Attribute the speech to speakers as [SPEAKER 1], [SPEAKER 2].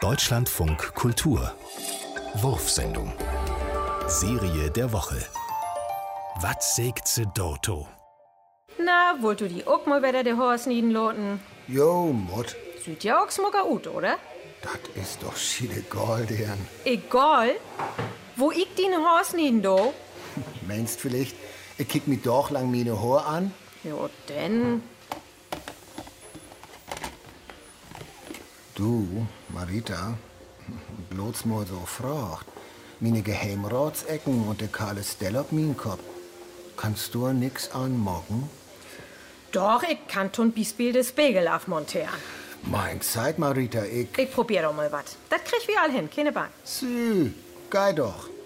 [SPEAKER 1] Deutschlandfunk Kultur. Wurfsendung. Serie der Woche. Wat sägt se Doto?
[SPEAKER 2] Na, wollt du die auch mal wieder die Horst niederloten?
[SPEAKER 3] Jo, Mott,
[SPEAKER 2] Sieht ja auch smucker ut, oder?
[SPEAKER 3] das ist doch schiede Goldern.
[SPEAKER 2] Egal, wo ich den Horst niederlo.
[SPEAKER 3] Meinst vielleicht, er kickt mich doch lang meine Haar an?
[SPEAKER 2] Ja, denn.
[SPEAKER 3] Du, Marita, bloß mal so fragt. Meine Geheimratsecken und der kahle Stell auf mein Kopf. Kannst du nix anmocken?
[SPEAKER 2] Doch, ich kann ton Bispiel des Spiegel afmontieren.
[SPEAKER 3] Mein Zeit, Marita, ich.
[SPEAKER 2] Ich probier doch mal was. Das krieg wir all hin, keine Bank.
[SPEAKER 3] Sü, geh doch.